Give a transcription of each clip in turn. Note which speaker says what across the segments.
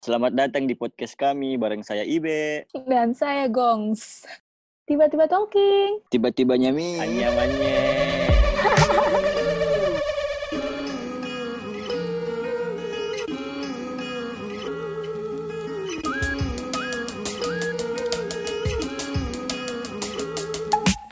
Speaker 1: Selamat datang di podcast kami bareng saya Ibe.
Speaker 2: Dan saya Gongs. Tiba-tiba talking.
Speaker 3: Tiba-tiba nyami.
Speaker 1: Anyamannya.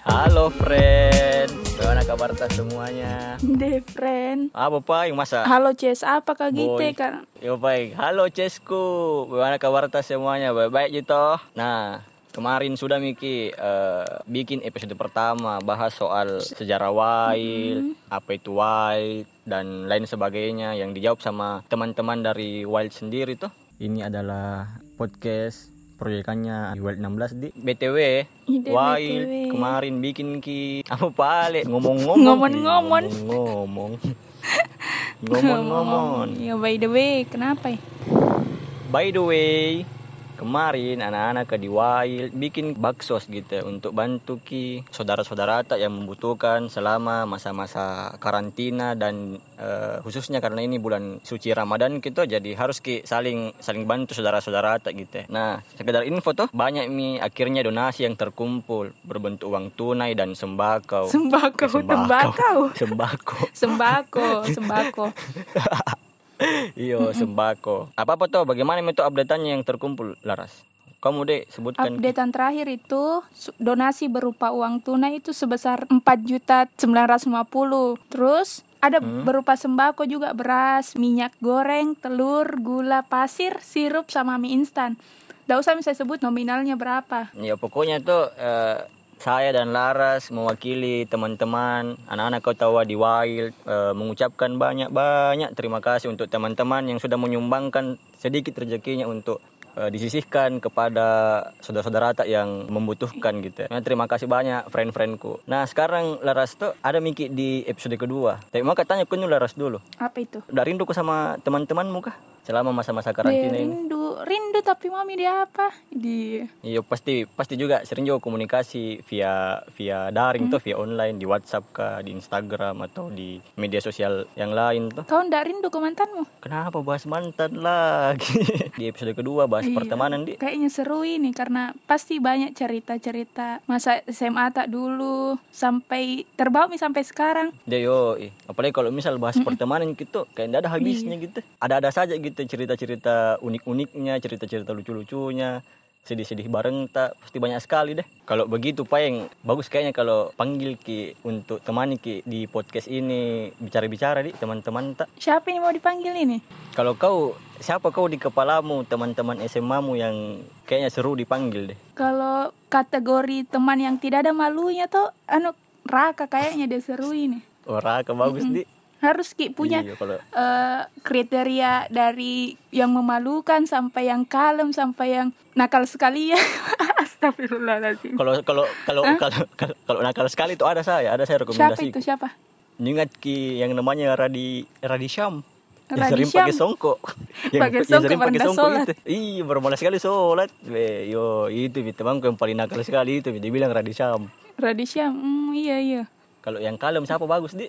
Speaker 1: Halo friend, gimana kabar kita semuanya?
Speaker 2: Deh, friend.
Speaker 1: Apa pak yang masa?
Speaker 2: Halo, Ces. Apa Kak Gite,
Speaker 1: Boy.
Speaker 2: Kak?
Speaker 1: Yo baik, halo Cesku, bagaimana kabar tas semuanya? Baik-baik gitu. Nah, kemarin sudah Miki eh, bikin episode pertama bahas soal sejarah
Speaker 2: Mm-hmm.
Speaker 1: Wild, apa itu Wild dan lain sebagainya yang dijawab sama teman-teman dari Wild sendiri tuh. Ini adalah podcast proyekannya Wild 16 di BTW
Speaker 2: Ide
Speaker 1: Wild
Speaker 2: BTW.
Speaker 1: kemarin bikin ki apa pale ngomong-ngomong
Speaker 2: Ngomong-ngomong.
Speaker 1: ngomong-ngomong ngomong-ngomong
Speaker 2: Ya, by the way, kenapa ya?
Speaker 1: By the way, kemarin anak-anak ke di Wild bikin baksos gitu untuk bantu ki saudara-saudara tak yang membutuhkan selama masa-masa karantina dan eh, khususnya karena ini bulan suci Ramadan gitu jadi harus ki saling saling bantu saudara-saudara tak gitu. Nah, sekedar info tuh banyak mi akhirnya donasi yang terkumpul berbentuk uang tunai dan Oh, sembako. Kan
Speaker 2: Sembako, tembakau.
Speaker 1: Sembako.
Speaker 2: Sembako, sembako.
Speaker 1: Iyo sembako. Apa apa tuh? Bagaimana itu updateannya yang terkumpul Laras? Kamu deh sebutkan.
Speaker 2: Updatean terakhir itu su- donasi berupa uang tunai itu sebesar 4 juta 950. Terus ada
Speaker 1: Hmm?
Speaker 2: berupa sembako juga beras, minyak goreng, telur, gula pasir, sirup sama mie instan. Tidak usah saya sebut nominalnya berapa.
Speaker 1: Ya pokoknya tuh eh, saya dan Laras mewakili teman-teman anak-anak kau tawa di Wild eh, mengucapkan banyak-banyak terima kasih untuk teman-teman yang sudah menyumbangkan sedikit rezekinya untuk eh, disisihkan kepada saudara-saudara tak yang membutuhkan gitu. Nah, terima kasih banyak friend-friendku. Nah, sekarang Laras tuh ada Miki di episode kedua. Tapi mau katanya kunyu Laras dulu.
Speaker 2: Apa itu?
Speaker 1: Udah rindu kau sama teman-temanmu kah? Selama masa-masa
Speaker 2: Dia
Speaker 1: karantina ini.
Speaker 2: rindu, rindu tapi mami dia apa? Di
Speaker 1: Iya pasti pasti juga sering juga komunikasi via via daring tuh via online di WhatsApp kah, di Instagram atau di media sosial yang lain tuh.
Speaker 2: kau ndak rindu ke mantanmu?
Speaker 1: Kenapa bahas mantan lagi? di episode kedua bahas
Speaker 2: Iya.
Speaker 1: pertemanan di.
Speaker 2: Kayaknya seru ini karena pasti banyak cerita-cerita masa SMA tak dulu sampai terbawa mi sampai sekarang.
Speaker 1: Dia yo, ih. apalagi kalau misal bahas pertemanan gitu, kayak nggak ada
Speaker 2: Iya.
Speaker 1: habisnya gitu. Ada-ada saja gitu cerita-cerita unik-uniknya, cerita-cerita lucu-lucunya, sedih-sedih bareng tak pasti banyak sekali deh. Kalau begitu Payeng, bagus kayaknya kalau panggil Ki untuk temani Ki di podcast ini bicara-bicara di teman-teman tak.
Speaker 2: Siapa ini mau dipanggil ini?
Speaker 1: Kalau kau siapa kau di kepalamu teman-teman SMA-mu yang kayaknya seru dipanggil deh.
Speaker 2: Kalau kategori teman yang tidak ada malunya tuh anu Raka kayaknya dia seru ini.
Speaker 1: Orang bagus di.
Speaker 2: Harus Ki punya
Speaker 1: Iya, kalau
Speaker 2: eh, kriteria dari yang memalukan sampai yang kalem sampai yang nakal sekali ya. Astagfirullahaladzim.
Speaker 1: kalau kalau kalau kalau kalau, kalau nakal sekali itu ada saya, ada saya
Speaker 2: Siapa
Speaker 1: rekomendasi.
Speaker 2: itu siapa?
Speaker 1: Ingat ki yang namanya Radi Radisyam. Yang
Speaker 2: Radi
Speaker 1: sering
Speaker 2: Syam.
Speaker 1: pakai songkok.
Speaker 2: Pakai songkok, pernah sholat.
Speaker 1: itu. Iya, bermula sekali sholat. Weh, yo, itu mi temanku yang paling nakal sekali itu mi. dia bilang Radisyam.
Speaker 2: Radisha, hmm, iya iya.
Speaker 1: Kalau yang kalem siapa bagus, Di?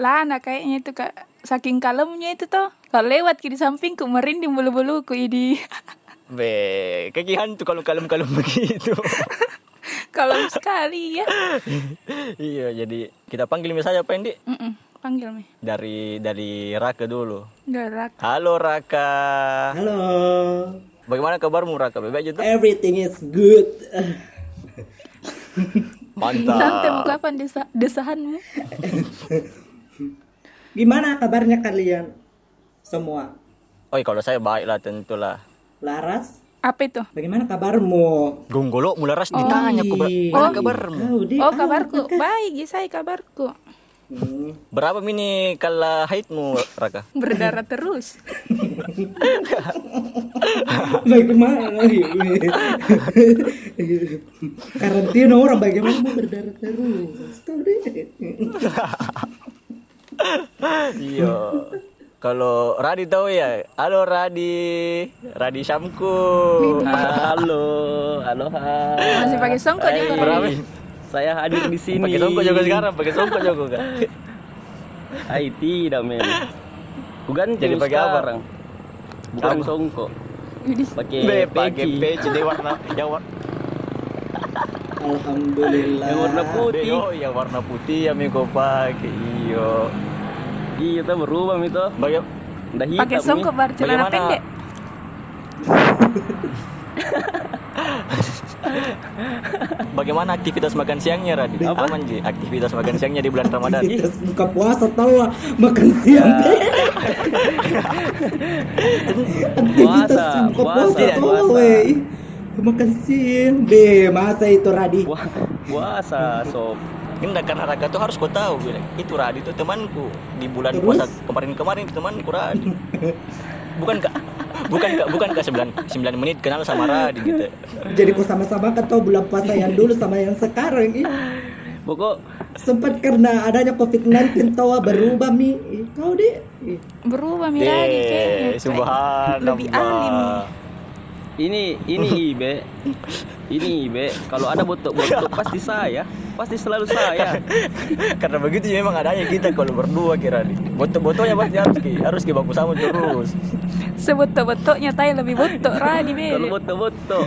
Speaker 2: Lana kayaknya itu kak saking kalemnya itu tuh kalau lewat kiri sampingku merinding bulu buluku ini
Speaker 1: Weh, kegihan tuh kalau kalem-kalem begitu.
Speaker 2: kalau sekali ya
Speaker 1: iya, jadi kita panggil misalnya apa, Di?
Speaker 2: Mm-mm, panggil me
Speaker 1: Dari dari Raka dulu.
Speaker 2: gerak
Speaker 1: Halo Raka.
Speaker 3: Halo.
Speaker 1: Bagaimana kabarmu Raka? Baik-baik aja tuh?
Speaker 3: Everything is good.
Speaker 2: santai
Speaker 1: Mantap.
Speaker 2: muka apa desa desahanmu
Speaker 3: Gimana kabarnya kalian? Semua.
Speaker 1: Oi, kalau saya baiklah tentulah.
Speaker 3: Laras,
Speaker 2: apa itu
Speaker 3: bagaimana kabarmu?
Speaker 1: Gonggolo mularas ditanya kok,
Speaker 3: Ih,
Speaker 1: "Bagaimana kabarmu?"
Speaker 3: kau di-
Speaker 2: oh
Speaker 3: ah,
Speaker 2: kabarku baik ya saya kabarku
Speaker 3: hmm.
Speaker 1: Berapa mini kala haidmu, Raka?
Speaker 2: berdarah terus
Speaker 3: Bagaimana? Karantina orang bagaimana mau berdarah terus? Kau di.
Speaker 1: Iya. Kalau Radi tahu ya, halo Radi, Radi Syamku.
Speaker 4: Halo, aloha.
Speaker 2: Masih pakai songkok dia, Kak.
Speaker 4: Eh, Berapa? Saya hadir di sini.
Speaker 1: Pakai songkok juga sekarang, pakai songkok juga kan.
Speaker 4: Ai tidak men. Kugan
Speaker 1: Jadi pakai apa?
Speaker 4: sekarang.
Speaker 1: Apa?
Speaker 4: bukan songkok
Speaker 2: Widih.
Speaker 4: pakai
Speaker 1: pakai
Speaker 4: peci
Speaker 1: peci dia warna yang warna
Speaker 3: Alhamdulillah.
Speaker 4: Yang Iya, warna putih.
Speaker 1: Dia, oh, yang warna putih yang Miko pakai. Iyo.
Speaker 4: iya kita berubah itu
Speaker 1: Baga
Speaker 4: udah hitam
Speaker 2: Pakai songkok baru celana
Speaker 1: Bagaimana?
Speaker 2: pendek.
Speaker 1: bagaimana aktivitas makan siangnya Radit?
Speaker 4: Apa?
Speaker 1: Aman Ji? Aktivitas makan siangnya di bulan Ramadan.
Speaker 3: Kita buka puasa tahu lah makan siang. Aktivitas
Speaker 4: Iya. Puasa,
Speaker 3: buka
Speaker 4: puasa,
Speaker 3: puasa tahu
Speaker 4: puasa.
Speaker 3: wey. Makan siang deh masa itu Radi.
Speaker 4: Wah, puasa sob
Speaker 1: Tindakan harga tuh harus kau tahu gitu. Itu Radit tuh temanku di bulan
Speaker 3: Terus?
Speaker 1: puasa kemarin-kemarin temanku Radit. Bukan kak, bukan kak, bukan kak 9, 9 menit kenal sama Radit gitu.
Speaker 3: Jadi kok sama-sama kan tahu bulan puasa yang dulu sama yang sekarang ih.
Speaker 4: pokok
Speaker 3: Sempat karena adanya COVID-19 tawa ah, berubah mi. Ih, Kau deh. Ih,
Speaker 2: Berubah Miradi
Speaker 1: Eh,
Speaker 2: kayaknya.
Speaker 1: Deh, subhanallah.
Speaker 2: Lebih alim.
Speaker 4: ini ini ibe ini ibe kalau ada botok-botok pasti saya pasti selalu saya
Speaker 1: Karena begitu ya memang adanya kita kalau berdua kira nih. Botol-botolnya pasti harus ki, harus ki baku sama terus.
Speaker 2: Sebetul-betulnya tai lebih botok Radi be.
Speaker 4: kalau botok-botok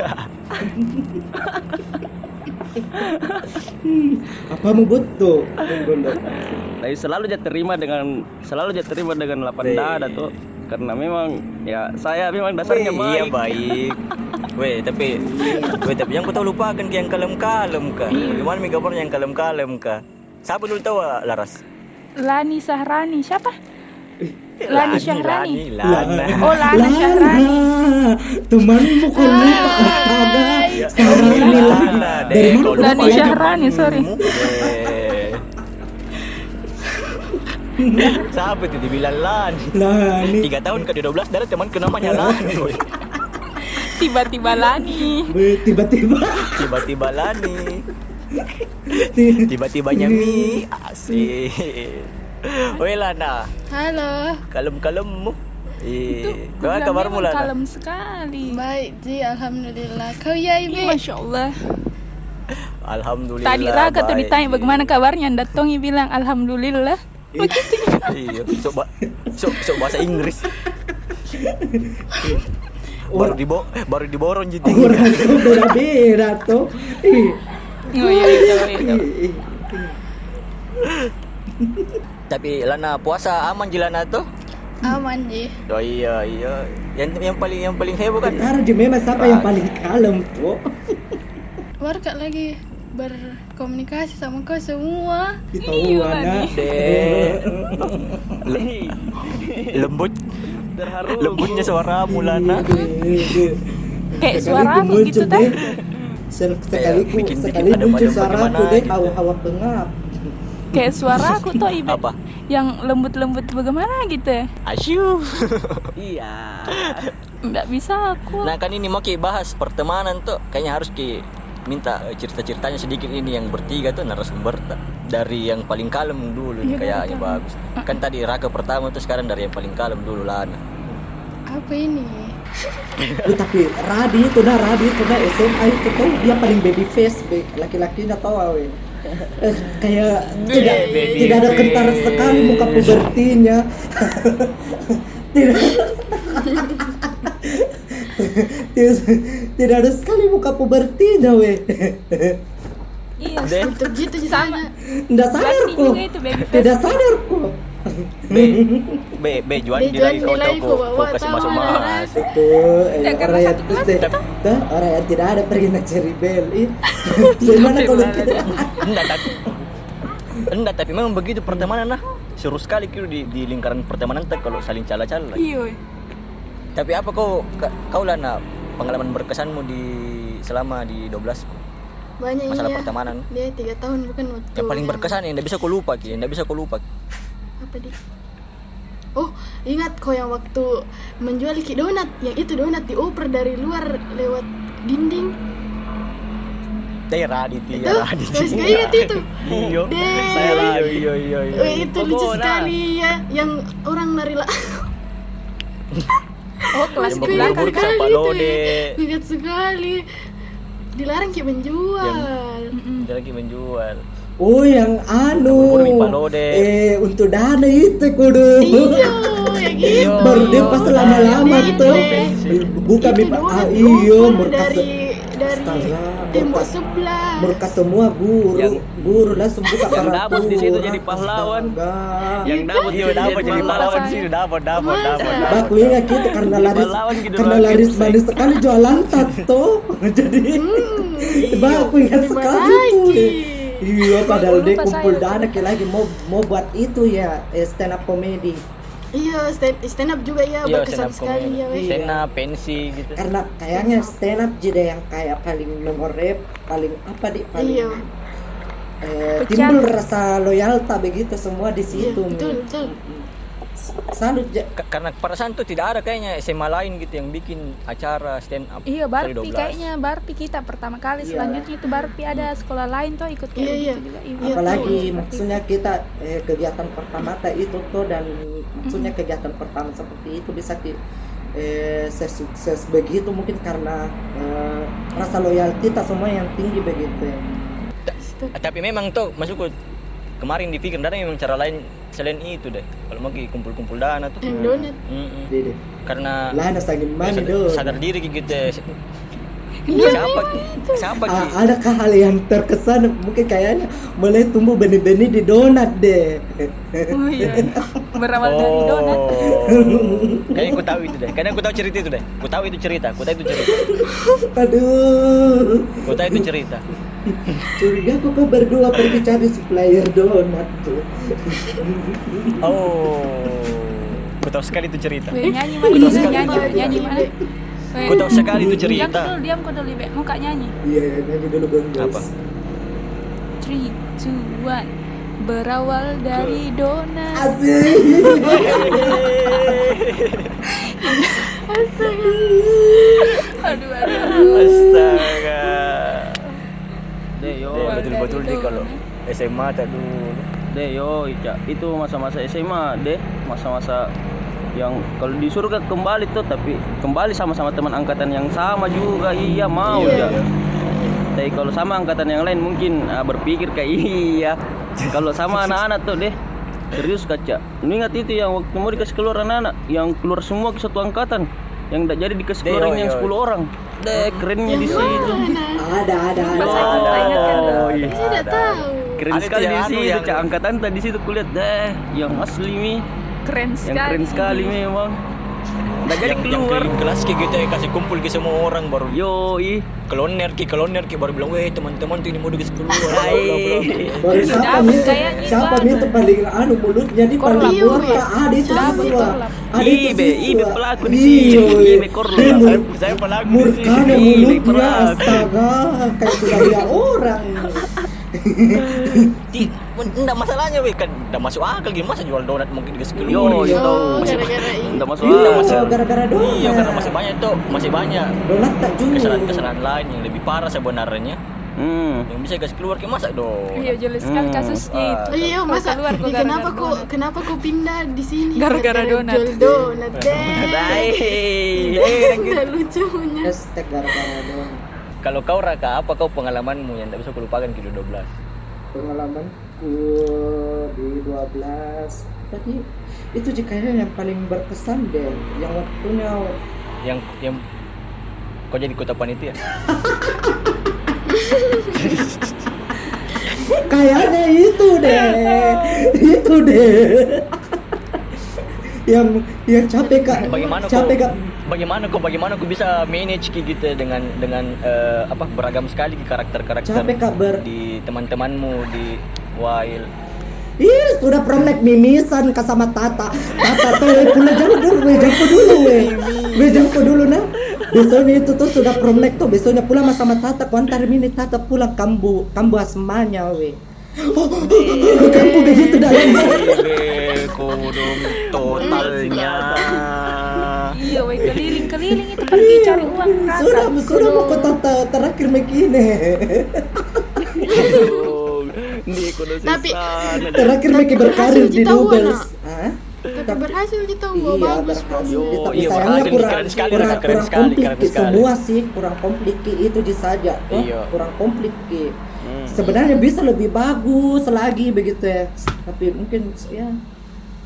Speaker 3: Apa mau butuh?
Speaker 4: tapi Nah, iya, selalu dia terima dengan selalu dia terima dengan lapan
Speaker 1: Weh.
Speaker 4: dada tuh karena memang ya saya memang dasarnya
Speaker 1: Weh, Iya
Speaker 4: baik
Speaker 1: baik. Weh tapi weh tapi yang kau tahu lupakan ki yang kalem-kalem ka. Gimana mi kabar yang kalem-kalem ka? Siapa dulu tahu ah, Laras?
Speaker 2: Lani Sahrani siapa? Lani Syahrani.
Speaker 1: Lani, Lana.
Speaker 2: Oh, Lana Syahrani.
Speaker 3: Temanmu kau lupa
Speaker 2: Ah.
Speaker 3: astaga. Sarani lagi.
Speaker 1: Lana,
Speaker 3: Dari
Speaker 1: deh,
Speaker 3: mana
Speaker 1: kau
Speaker 3: kau
Speaker 1: lupa
Speaker 2: Lani
Speaker 3: banyak?
Speaker 1: ya,
Speaker 2: Syahrani, sorry.
Speaker 1: temanmu. Eh. Siapa itu dibilang Lani?
Speaker 3: Lani.
Speaker 4: Iya.
Speaker 1: Tiga tahun ke 12 dari teman ke namanya Lani. weh.
Speaker 2: Tiba-tiba Lani.
Speaker 3: Weh, Tiba-tiba.
Speaker 1: Tiba-tiba Lani.
Speaker 3: Tiba-tiba.
Speaker 1: Tiba-tibanya mi asik. Oi Lana,
Speaker 5: Halo,
Speaker 1: kalem-kalemmu. Eh, bagaimana
Speaker 2: Gua bilang
Speaker 1: kabarmu
Speaker 2: memang
Speaker 1: Lana?
Speaker 2: Kalem sekali.
Speaker 5: baik Ji, Alhamdulillah Kau ya
Speaker 2: Ih,
Speaker 5: Ibe?
Speaker 2: Masya Allah.
Speaker 1: Alhamdulillah.
Speaker 2: Tadi Raga tuh
Speaker 1: baik.
Speaker 2: ditanya bagaimana kabarnya, datangi bilang alhamdulillah. Begitu
Speaker 1: Iya, sok ba- sok sok bahasa Inggris. baru
Speaker 3: Orang
Speaker 1: dibo baru diborong jadi.
Speaker 2: iya.
Speaker 3: orang itu beda-beda tuh. Ih,
Speaker 2: Oh iya, iya, iya.
Speaker 3: ih, ih.
Speaker 1: Tapi Lana puasa aman je Lana tuh.
Speaker 5: Aman Ji
Speaker 1: Oh iya iya. Yang yang paling yang paling heboh kan.
Speaker 3: Sekarang di memang siapa
Speaker 2: Ah.
Speaker 3: yang paling kalem tuh?
Speaker 5: Warga lagi berkomunikasi sama kau semua
Speaker 3: Kita
Speaker 2: Iya,
Speaker 3: wana.
Speaker 1: Deh. Lembut
Speaker 4: terharu
Speaker 1: lembutnya suaramu Lana.
Speaker 2: Kayak
Speaker 3: Iya,
Speaker 1: Iya,
Speaker 3: Sekali
Speaker 2: suara
Speaker 3: ku
Speaker 2: aku
Speaker 3: muncul,
Speaker 2: gitu
Speaker 3: deh.
Speaker 2: teh.
Speaker 3: Sel- Sekali ku,
Speaker 1: bikin- bikin
Speaker 3: sekali
Speaker 1: ada
Speaker 3: muncul
Speaker 1: macam
Speaker 3: suara
Speaker 1: bagaimana
Speaker 3: aku deh,
Speaker 1: gitu.
Speaker 3: awak-awak pengap.
Speaker 2: Kayak suara aku tuh ibu.
Speaker 1: Apa?
Speaker 2: Yang lembut-lembut bagaimana gitu.
Speaker 1: Asyuh.
Speaker 4: iya
Speaker 2: Nggak bisa aku.
Speaker 1: Nah kan ini mau ki bahas pertemanan tuh kayaknya harus ki minta eh, cerita-ceritanya sedikit ini yang bertiga tuh narasumber ta- dari yang paling kalem dulu nih,
Speaker 2: Iya, dari
Speaker 1: kayaknya
Speaker 2: kalem.
Speaker 1: bagus. Kan tadi Raka pertama tuh sekarang dari yang paling kalem dulu lah.
Speaker 5: Apa ini?
Speaker 3: Lu Ya, tapi Radi itu nah Radi itu nah SMA itu tuh dia paling baby face be. laki-laki nggak tahu awe. Eh, kayak
Speaker 2: Iya,
Speaker 3: tidak
Speaker 1: baby
Speaker 3: tidak ada
Speaker 1: face.
Speaker 3: kentar sekali muka pubertinya. tidak tidak tidak ada sekali muka pubertinya we.
Speaker 2: Iya.
Speaker 1: Deh,
Speaker 5: Gitu Ji sama
Speaker 3: Nggak sadar
Speaker 2: Berarti
Speaker 3: kok.
Speaker 2: juga itu baby face.
Speaker 3: Tidak sadar kok.
Speaker 1: be, be, be, Juan
Speaker 5: Be,
Speaker 1: dia
Speaker 5: Juan,
Speaker 1: lagi kau
Speaker 5: dia
Speaker 1: tahu
Speaker 5: lagi
Speaker 1: kau,
Speaker 5: kau
Speaker 1: kau
Speaker 5: bawa
Speaker 1: kasih
Speaker 5: tahu,
Speaker 1: masuk
Speaker 5: Lana.
Speaker 1: mas.
Speaker 3: Tuh, eh,
Speaker 2: Nggak
Speaker 3: orang
Speaker 2: karena
Speaker 3: yang
Speaker 2: satu
Speaker 3: tuh,
Speaker 2: kelas, Iya,
Speaker 3: tuh, tuh, orang yang tidak ada pergi nak cari bel. Ih, Gimana kalau kita
Speaker 1: Enggak tapi Enggak tapi memang begitu pertemanan nah. Seru sekali kira di, di lingkaran pertemanan tuh kalau saling cala-cala.
Speaker 2: Iya.
Speaker 1: Tapi apa kau ka- kau Lana pengalaman berkesanmu di selama di 12
Speaker 5: Banyak
Speaker 1: Masalah
Speaker 5: ini ya
Speaker 1: pertemanan.
Speaker 5: Dia tiga tahun bukan waktu
Speaker 1: yang paling berkesan yang tidak bisa kau lupa ki, yang tidak bisa kau lupa.
Speaker 5: Apa Di? Oh, ingat kau yang waktu menjual ki donat Yang itu donat dioper dari luar lewat dinding
Speaker 1: Teh Radit, ya
Speaker 5: Tuh,
Speaker 1: Radit.
Speaker 5: terus gak ingat itu
Speaker 1: Iyo.
Speaker 5: Deh.
Speaker 1: Iya. Saya lah, iya, iyo iyo iyo.
Speaker 5: Eh, itu lucu
Speaker 4: Pokoknya.
Speaker 5: sekali ya yang orang lari lah
Speaker 2: Oh kelas
Speaker 1: Yang
Speaker 2: di
Speaker 1: Tapi
Speaker 5: Ingat
Speaker 1: berburu
Speaker 2: belakang.
Speaker 1: sama
Speaker 5: sekali
Speaker 1: lo,
Speaker 5: kan itu
Speaker 1: Dek.
Speaker 5: ya. Ingat sekali dilarang kayak menjual
Speaker 1: Dia lagi menjual.
Speaker 3: Oh yang anu
Speaker 1: Buru-buru mie palode.
Speaker 3: Eh untuk dana itu kudu
Speaker 5: iya kayak gitu.
Speaker 3: baru dia pas lama-lama
Speaker 5: Iya,
Speaker 3: gitu
Speaker 5: iya.
Speaker 3: buka
Speaker 5: Itu
Speaker 3: pipa ah
Speaker 5: donat
Speaker 3: iyo
Speaker 5: diukur
Speaker 3: murkas
Speaker 5: dari dari
Speaker 3: Astaga,
Speaker 5: tembok
Speaker 3: murkas-
Speaker 5: sebelah.
Speaker 3: murkas semua guru
Speaker 4: Yang-
Speaker 3: guru langsung buka
Speaker 4: Yang
Speaker 3: peraturan
Speaker 4: dapet di situ jadi pahlawan.
Speaker 3: Astaga.
Speaker 4: Yang dapat
Speaker 1: Iya, dapat jadi pahlawan
Speaker 2: saya.
Speaker 1: di sini, dapat, dapat,
Speaker 5: Masa?
Speaker 1: dapat. dapat.
Speaker 3: Baku ya gitu karena
Speaker 4: Jadi
Speaker 3: laris
Speaker 4: pahlawan gitu
Speaker 3: karena
Speaker 4: doang,
Speaker 3: laris
Speaker 4: gitu.
Speaker 3: manis sekali jualan tato jadi baku ingat
Speaker 5: Hmm, iya. Terima
Speaker 3: sekali itu
Speaker 5: lagi.
Speaker 3: iya padahal
Speaker 2: Lupa
Speaker 3: dia
Speaker 2: saya.
Speaker 3: kumpul dana kayak lagi mau mau buat itu ya eh, stand up comedy
Speaker 5: Iya, stand, stand up juga ya,
Speaker 1: Iya,
Speaker 5: berkesan sekali
Speaker 1: komedi.
Speaker 5: ya. weh.
Speaker 1: Stand up, pensi gitu.
Speaker 3: karena kayaknya stand up jadi yang kayak paling memorable paling apa di paling
Speaker 5: Iya,
Speaker 3: eh,
Speaker 2: Pecah.
Speaker 3: timbul rasa loyalta begitu semua di
Speaker 5: iya,
Speaker 3: situ Mi.
Speaker 5: betul, Iya, betul.
Speaker 3: salut Ja-
Speaker 1: Ka- karena perasaan tuh tidak ada kayaknya SMA lain gitu yang bikin acara stand up.
Speaker 2: Iya
Speaker 1: kali
Speaker 2: Barpi
Speaker 1: 12.
Speaker 2: kayaknya Barpi kita pertama kali
Speaker 3: Iya.
Speaker 2: selanjutnya itu Barpi ada sekolah lain tuh ikut kayak
Speaker 5: Iya,
Speaker 2: gitu
Speaker 5: iya.
Speaker 2: juga.
Speaker 5: Iya,
Speaker 3: apalagi
Speaker 2: betul.
Speaker 3: maksudnya kita eh, kegiatan pertama teh itu tuh dan maksudnya kegiatan pertama seperti itu bisa di eh, sesukses begitu mungkin karena eh, rasa loyal kita semua yang tinggi begitu ya
Speaker 1: Ah, Tapi memang tuh masukku kemarin di pikir ada memang cara lain selain itu deh. Kalau mau ki- kumpul-kumpul dana tuh.
Speaker 2: Hmm,
Speaker 5: Yang donat.
Speaker 1: Mm-mm.
Speaker 3: Dede
Speaker 1: Karena
Speaker 3: lah nasa
Speaker 1: sadar,
Speaker 3: gimana dong
Speaker 1: sadar diri ki gitu. ya. Siapa siapa ki?
Speaker 3: A- adakah hal yang terkesan mungkin kayaknya mulai tumbuh benih-benih di donat deh
Speaker 2: Oh, iya. Berawal dari donat.
Speaker 1: Oh. Kayaknya aku tahu itu deh. Kayaknya aku tahu cerita itu deh. Aku tahu itu cerita. Aku tahu itu cerita.
Speaker 3: aduh
Speaker 1: Aku tahu itu cerita.
Speaker 3: curiga kok kau berdua pergi cari supplier donat tuh
Speaker 1: Oh. Aku tahu sekali itu cerita.
Speaker 2: Weh, nyanyi mana
Speaker 1: Betul
Speaker 2: nyanyi
Speaker 1: sekali.
Speaker 2: nyanyi weh, nyanyi mana? Weh,
Speaker 1: Aku tahu sekali itu
Speaker 2: Diam kau
Speaker 1: cerita.
Speaker 2: dulu, diam kau dulu, Ibe. Mau Kak nyanyi.
Speaker 3: iya nanti dulu bang
Speaker 1: Apa?
Speaker 3: guys
Speaker 2: 3 2 1 Berawal dari donat.
Speaker 3: Asik.
Speaker 2: Aduh aduh. aduh.
Speaker 1: Astaga.
Speaker 4: Deh yo,
Speaker 1: Deh, betul-betul deh kalau SMA tak dulu.
Speaker 4: deh yo, Ica. itu masa-masa SMA deh, masa-masa yang kalau disuruh ke kembali tuh tapi kembali sama-sama teman angkatan yang sama juga iya mau
Speaker 1: Iya,
Speaker 4: ya.
Speaker 1: iya.
Speaker 4: Tapi kalau sama angkatan yang lain mungkin ah, berpikir kayak iya. Kalau sama anak-anak tuh deh serius kaca. Lu Ingat itu yang waktu mau dikasih keluar anak-anak yang keluar semua ke satu angkatan yang tidak jadi dikasih
Speaker 1: Deh,
Speaker 4: keluar
Speaker 1: oi,
Speaker 4: yang
Speaker 1: oi.
Speaker 4: 10 orang. Deh kerennya di situ.
Speaker 3: ada ada ada
Speaker 2: Ada, ada, ada.
Speaker 1: iya,
Speaker 5: Saya tidak tahu.
Speaker 4: Keren
Speaker 1: Ada
Speaker 4: sekali
Speaker 1: tuh
Speaker 4: di
Speaker 1: yang anu,
Speaker 4: situ,
Speaker 1: yang-
Speaker 4: Cak. angkatan tadi situ kulihat deh yang asli mi,
Speaker 2: Keren
Speaker 4: yang
Speaker 2: sekali.
Speaker 4: keren sekali memang. Nggak jadi
Speaker 1: yang, yang
Speaker 4: keluar.
Speaker 1: keliling kelas ki kita kasih kumpul ke semua orang baru
Speaker 4: Yoi.
Speaker 1: keloner ki keloner ki baru bilang weh teman-teman tuh ini mau dikasih keluar bla,
Speaker 4: Hai.
Speaker 1: bla, bla, bla."
Speaker 3: Baru siapa
Speaker 2: Dapet
Speaker 3: nih?
Speaker 2: kayaknya
Speaker 3: Siapa
Speaker 2: itu
Speaker 3: nih
Speaker 2: ada.
Speaker 3: itu paling anu mulutnya di paling
Speaker 5: Korlap.
Speaker 3: murka. Ada itu
Speaker 5: Dapet
Speaker 3: siswa.
Speaker 2: korlap.
Speaker 3: Ada itu
Speaker 4: Ibe,
Speaker 3: siswa.
Speaker 4: Ibe pelaku di sini.
Speaker 3: Iya,
Speaker 4: Ibe korlap.
Speaker 3: Dia mur-
Speaker 1: Saya- saya pelaku di sini.
Speaker 3: Murkanya
Speaker 4: Ibe
Speaker 3: mulutnya
Speaker 4: pelaku.
Speaker 3: astaga kayak sudah dia orang.
Speaker 1: Ti- enggak masalahnya weh kan enggak masuk akal gimana masa jual donat mungkin dikasih keluar
Speaker 4: Yo,
Speaker 1: iya.
Speaker 4: yo tahu.
Speaker 5: Oh, gara-gara ini.
Speaker 4: Enggak masuk
Speaker 3: Iya,
Speaker 4: akal.
Speaker 3: gara-gara donat.
Speaker 1: iya karena masih banyak tuh masih banyak
Speaker 3: Donat tak jujur.
Speaker 1: kesalahan-kesalahan lain yang lebih parah sebenarnya
Speaker 4: Hmm.
Speaker 1: yang bisa kasih keluar ki masa
Speaker 2: Iya
Speaker 1: donat
Speaker 2: jelas sekali
Speaker 4: Hmm.
Speaker 2: kasusnya itu.
Speaker 5: Oh, iya,
Speaker 2: Kau
Speaker 5: masa
Speaker 2: keluar kau
Speaker 5: ya, kenapa
Speaker 2: gara-gara
Speaker 5: kok
Speaker 2: donat.
Speaker 5: kenapa kok pindah di sini?
Speaker 2: Gara-gara donat.
Speaker 5: Jual donat deh.
Speaker 4: Baik.
Speaker 5: Tidak lucunya.
Speaker 3: Hashtag gara-gara donat.
Speaker 1: kalau kau raka apa kau pengalamanmu yang tak bisa kulupakan kilo 12
Speaker 3: pengalamanku di 12 tadi itu sih kayaknya yang paling berkesan deh yang waktunya
Speaker 1: yang yang kau jadi ya? kota panitia
Speaker 3: Eh, kayaknya itu deh itu deh yang yang capek kak
Speaker 1: bagaimana kau
Speaker 3: capek kak
Speaker 1: bagaimana kau bagaimana kau bisa manage ki gitu dengan dengan eh, apa beragam sekali ki karakter-karakter
Speaker 3: Capek, Kak, Ber.
Speaker 1: di teman-temanmu di wild
Speaker 3: Ih, sudah promek mimisan kak sama Tata. Tata tuh weh, pula jangko dulu, weh jangko dulu, eh. weh. Weh jangko dulu nah. Besoknya itu tuh sudah promek tuh, besoknya pulang sama Tata. Kuantar mini Tata pulang kambu, kambu asmanya, weh. Oh, kambu begitu dah. ya.
Speaker 4: Iya,
Speaker 1: kodong totalnya
Speaker 2: Iya weh keliling-keliling itu pergi cari uang rasa.
Speaker 3: Sudah, sudah mau ke Tata terakhir mekine.
Speaker 1: di kudu
Speaker 5: Tapi
Speaker 3: Terakhir meki berkarir di Doubles. Hah?
Speaker 5: tapi berhasil kita wow,
Speaker 3: Iya,
Speaker 5: bagus
Speaker 3: berhasil.
Speaker 5: bagus.
Speaker 1: Yo,
Speaker 3: Tapi
Speaker 1: iya,
Speaker 3: sayangnya
Speaker 1: berhasil.
Speaker 3: kurang,
Speaker 1: Keren sekali,
Speaker 3: kurang,
Speaker 1: Raka. Keren
Speaker 3: kurang
Speaker 1: sekali,
Speaker 3: komplit
Speaker 1: keren
Speaker 3: ke
Speaker 1: sekali.
Speaker 3: semua sih, kurang komplit ke itu di saja. toh.
Speaker 1: Iya. Hmm.
Speaker 3: Kurang komplit ke. Sebenarnya bisa lebih bagus lagi begitu ya. Tapi mungkin ya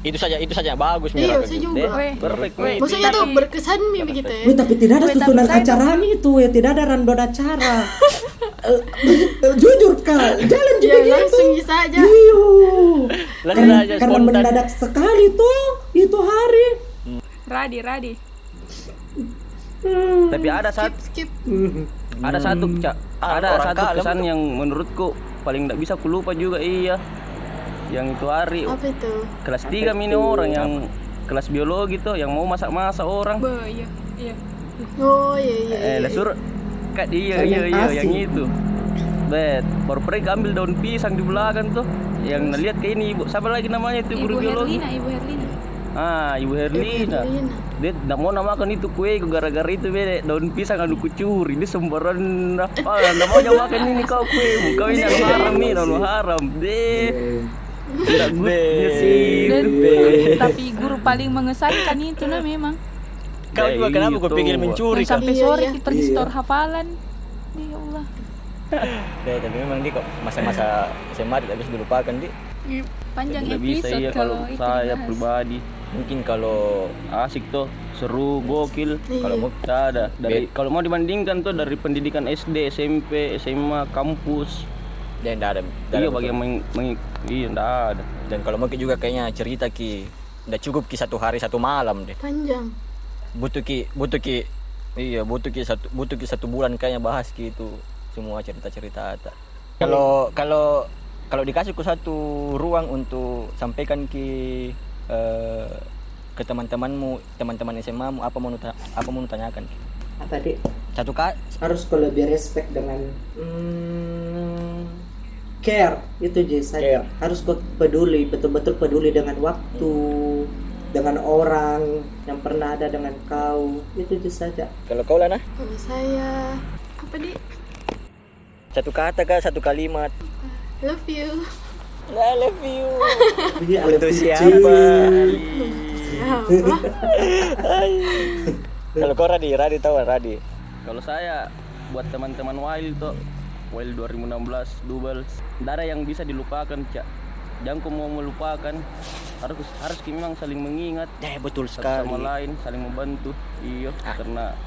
Speaker 1: Itu saja, itu saja bagus
Speaker 5: Iya,
Speaker 1: Mira.
Speaker 5: saya
Speaker 1: Kak.
Speaker 5: juga.
Speaker 2: Weh.
Speaker 4: Perfect
Speaker 2: Weh.
Speaker 4: mate.
Speaker 5: Maksudnya tuh
Speaker 2: Tapi-
Speaker 5: berkesan mie begitu ya.
Speaker 3: Wih, tapi tidak ada
Speaker 2: Wih, tapi
Speaker 3: susunan
Speaker 2: saya-
Speaker 3: acara itu ya, tidak ada random acara. Eh, eh, jujur kak, jalan
Speaker 5: Ya
Speaker 3: juga gitu.
Speaker 5: langsung ya. bisa aja.
Speaker 3: Iyo.
Speaker 1: Langsung
Speaker 3: Karena-
Speaker 1: aja
Speaker 3: karena
Speaker 1: spontan.
Speaker 3: mendadak sekali tuh itu hari.
Speaker 2: Radi, Radi.
Speaker 4: Tapi ada
Speaker 5: Skip
Speaker 4: satu
Speaker 5: skip.
Speaker 4: ada satu cak
Speaker 1: Hmm. Ah,
Speaker 4: ada
Speaker 1: orang
Speaker 4: satu
Speaker 1: kalem
Speaker 4: kesan
Speaker 1: tuh.
Speaker 4: yang menurutku paling tidak bisa ku lupa juga iya yang itu hari
Speaker 5: Apa itu?
Speaker 4: kelas 3 ini orang yang kelas biologi tuh yang mau masak-masak orang
Speaker 2: Be, iya, iya.
Speaker 5: Oh iya iya.
Speaker 4: eh
Speaker 5: iya.
Speaker 4: lesur kak iya
Speaker 3: Yang
Speaker 4: iya iya
Speaker 3: asin.
Speaker 4: yang itu bet baru pergi ambil daun pisang di belakang tuh yang lihat kayak ini ibu siapa lagi namanya itu
Speaker 2: Ibu
Speaker 4: guru biologi
Speaker 2: Herlina, Ibu Herlina.
Speaker 4: ah ibu Herlina
Speaker 5: Herlina.
Speaker 4: dia tidak mau namakan itu kue gara-gara itu be daun pisang anu kucuri dia sembaran ah tidak mau makan ini kau kue kau
Speaker 2: Iya,
Speaker 4: ini anu haram nih anu haram deh
Speaker 1: Iya,
Speaker 4: tidak goodnya Iya sih
Speaker 2: Dan,
Speaker 4: Be.
Speaker 2: tapi guru paling mengesankan itu nah memang.
Speaker 1: Kau juga
Speaker 4: Ya,
Speaker 1: kenapa
Speaker 4: itu.
Speaker 1: kau pikir mencuri
Speaker 2: Dan
Speaker 1: kan?
Speaker 2: sampai
Speaker 5: Iya,
Speaker 2: sore
Speaker 5: iya.
Speaker 2: kita pergi store hafalan. Ya Allah.
Speaker 1: Ya, tapi memang di kok masa-masa SMA tidak bisa dilupakan di.
Speaker 2: Panjang
Speaker 4: tidak bisa
Speaker 2: episode
Speaker 4: iya
Speaker 2: kalau
Speaker 4: kalau
Speaker 2: itu
Speaker 4: saya
Speaker 2: dibahas.
Speaker 4: pribadi
Speaker 1: Mungkin kalau
Speaker 4: asik tuh seru gokil
Speaker 1: kalau
Speaker 2: Iya.
Speaker 1: mau
Speaker 4: Tidak ada. Dari kalau mau dibandingkan tuh dari pendidikan SD, SMP, SMA, kampus.
Speaker 1: dan tidak ya, ada. tidak
Speaker 4: Iya
Speaker 1: ada
Speaker 4: bagi yang meng, meng- iya nggak ada.
Speaker 1: Dan kalau mau Ki juga kayaknya cerita ki udah cukup ki satu hari satu malam deh.
Speaker 5: Panjang.
Speaker 1: Butuh ki butuh ki iya butuh ki satu butuh ki satu bulan kayaknya bahas ki itu semua cerita-cerita Ata. Kalau kalau kalau dikasih ku satu ruang untuk sampaikan ki eh, ke teman-temanmu teman-teman SMA mu apa mau nuta- apa mau tanyakan
Speaker 3: Apa deh?
Speaker 1: satu kak
Speaker 3: Harus kau lebih respect dengan hmm, care itu je saya. Harus kau peduli, betul-betul peduli dengan waktu, dengan orang yang pernah ada dengan kau. Itu je saja.
Speaker 1: kalau kau lah nah
Speaker 5: Kalau saya apa di?
Speaker 1: satu kata kak satu kalimat
Speaker 5: Love you.
Speaker 1: I love you
Speaker 3: Iya,
Speaker 1: untuk
Speaker 3: lebih
Speaker 1: siapa
Speaker 5: Ya, apa?
Speaker 1: kalau kau Radi Radi tahu Radi
Speaker 4: Kalau saya buat teman-teman Wild tuh Wild 2016 double darah yang bisa dilupakan cak. Jangan kau mau melupakan harus harus kita memang saling mengingat
Speaker 1: ya betul
Speaker 4: satu
Speaker 1: sekali Ah.
Speaker 4: sama lain saling membantu iya karena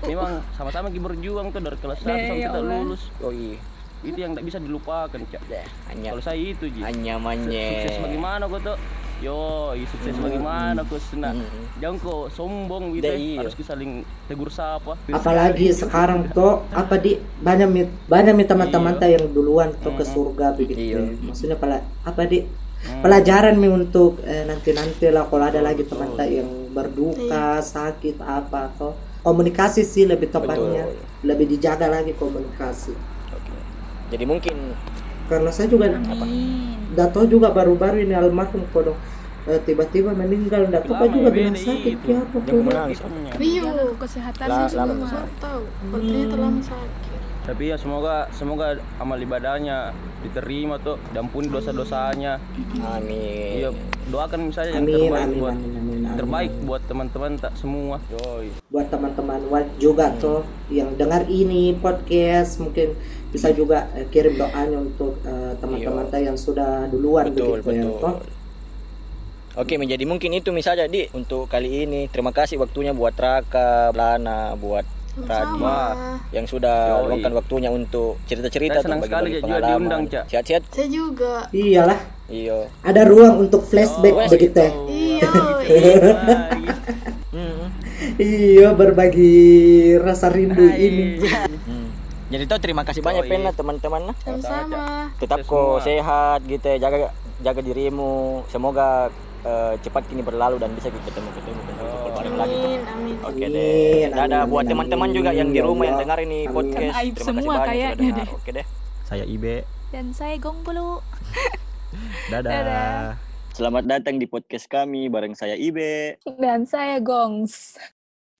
Speaker 4: memang sama-sama kita berjuang tuh dari kelas
Speaker 2: Deh,
Speaker 4: 1 sampai
Speaker 2: ya
Speaker 4: kita
Speaker 2: Allah.
Speaker 4: lulus
Speaker 1: oh iya
Speaker 4: itu yang tidak bisa dilupakan cak
Speaker 1: Dah, hanya
Speaker 4: kalau saya itu ji
Speaker 1: hanya
Speaker 4: sukses
Speaker 1: manye
Speaker 4: bagaimana kau tuh yo i sukses bagaimana kau senang jangan kau sombong gitu
Speaker 1: Dah,
Speaker 4: eh.
Speaker 1: iya.
Speaker 4: harus kita saling tegur sapa
Speaker 3: apalagi sekarang tuh apa di banyak mi- banyak nih teman-teman
Speaker 4: Iya.
Speaker 3: tuh yang duluan tuh ke surga begitu
Speaker 1: Iya.
Speaker 3: maksudnya pala, apa di
Speaker 4: Hmm.
Speaker 3: pelajaran nih untuk eh, nanti-nanti lah kalau ada lagi teman tuh yang berduka sakit apa tuh komunikasi sih lebih tepatnya lebih dijaga lagi komunikasi
Speaker 1: Oke. jadi mungkin
Speaker 3: karena saya juga
Speaker 2: Amin.
Speaker 3: Dato juga baru-baru ini almarhum kodong eh, tiba-tiba meninggal Dato
Speaker 4: Lama
Speaker 3: juga
Speaker 4: ya,
Speaker 3: bilang
Speaker 4: beda
Speaker 3: sakit
Speaker 4: itu.
Speaker 3: ya apa
Speaker 1: yang
Speaker 3: kodong.
Speaker 1: menang
Speaker 5: Rio.
Speaker 2: Jaga kesehatan
Speaker 1: Lah,
Speaker 2: semua.
Speaker 5: Saya tahu. Kalau ternyata lama sakit.
Speaker 4: tapi ya semoga semoga amal ibadahnya diterima tuh diampuni dosa-dosanya
Speaker 1: amin
Speaker 4: iya doakan misalnya yang
Speaker 3: Amin,
Speaker 4: terbaik
Speaker 3: amin,
Speaker 4: buat
Speaker 3: amin, amin, amin.
Speaker 4: terbaik buat teman-teman tak semua Yoi.
Speaker 3: buat teman-teman Walt juga
Speaker 1: Hmm.
Speaker 3: tuh yang dengar ini podcast mungkin bisa juga
Speaker 1: Hmm.
Speaker 3: eh, kirim doanya untuk eh, teman-teman tuh yang sudah duluan
Speaker 1: Iya. betul
Speaker 3: begitu ya
Speaker 1: betul
Speaker 3: toh.
Speaker 1: Oke, menjadi mungkin itu misalnya di untuk kali ini. Terima kasih waktunya buat Raka, Lana, buat Radi
Speaker 5: Sama.
Speaker 1: yang sudah
Speaker 4: Yoi.
Speaker 1: luangkan waktunya untuk cerita-cerita
Speaker 4: Saya senang
Speaker 1: untuk
Speaker 4: sekali,
Speaker 1: bagi-bagi
Speaker 4: Cak, juga diundang,
Speaker 1: pengalaman.
Speaker 4: Cak.
Speaker 1: Sehat-sehat.
Speaker 5: Saya juga.
Speaker 3: iyalah
Speaker 1: Iya.
Speaker 3: ada ruang untuk flashback
Speaker 1: Oh,
Speaker 3: begitu ya
Speaker 1: gitu.
Speaker 5: Iya.
Speaker 4: Bye. Hmm.
Speaker 3: iya berbagi rasa rindu ini
Speaker 1: Hmm. Jadi tuh terima kasih banyak Pen lah, teman-teman lah.
Speaker 5: Sama-sama.
Speaker 1: Tetap kok sehat gitu ya. Jaga jaga dirimu. Semoga eh, cepat kini berlalu dan bisa kita ketemu-ketemu dan berkumpul bareng lagi.
Speaker 5: Amin, amin.
Speaker 1: Oke
Speaker 3: Oh, Amin,
Speaker 1: deh. Dadah
Speaker 3: amin,
Speaker 1: buat
Speaker 3: amin,
Speaker 1: teman-teman juga yang di
Speaker 3: ya
Speaker 1: rumah yang
Speaker 3: Allah.
Speaker 1: dengar ini
Speaker 3: Amin.
Speaker 1: podcast.
Speaker 2: Kan aib
Speaker 1: Terima
Speaker 2: semua
Speaker 1: kasih banyak
Speaker 2: kayaknya
Speaker 1: sudah dengar.
Speaker 2: deh.
Speaker 1: Oke deh. Saya Ibe.
Speaker 2: Dan saya Gonggolo.
Speaker 1: Dadah.
Speaker 2: Dadah.
Speaker 1: Selamat datang di podcast kami bareng saya Ibe.
Speaker 2: Dan saya Gongs.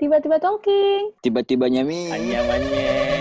Speaker 2: Tiba-tiba talking.
Speaker 4: Iya,
Speaker 1: Tiba-tibanya Mi. Anyamannya.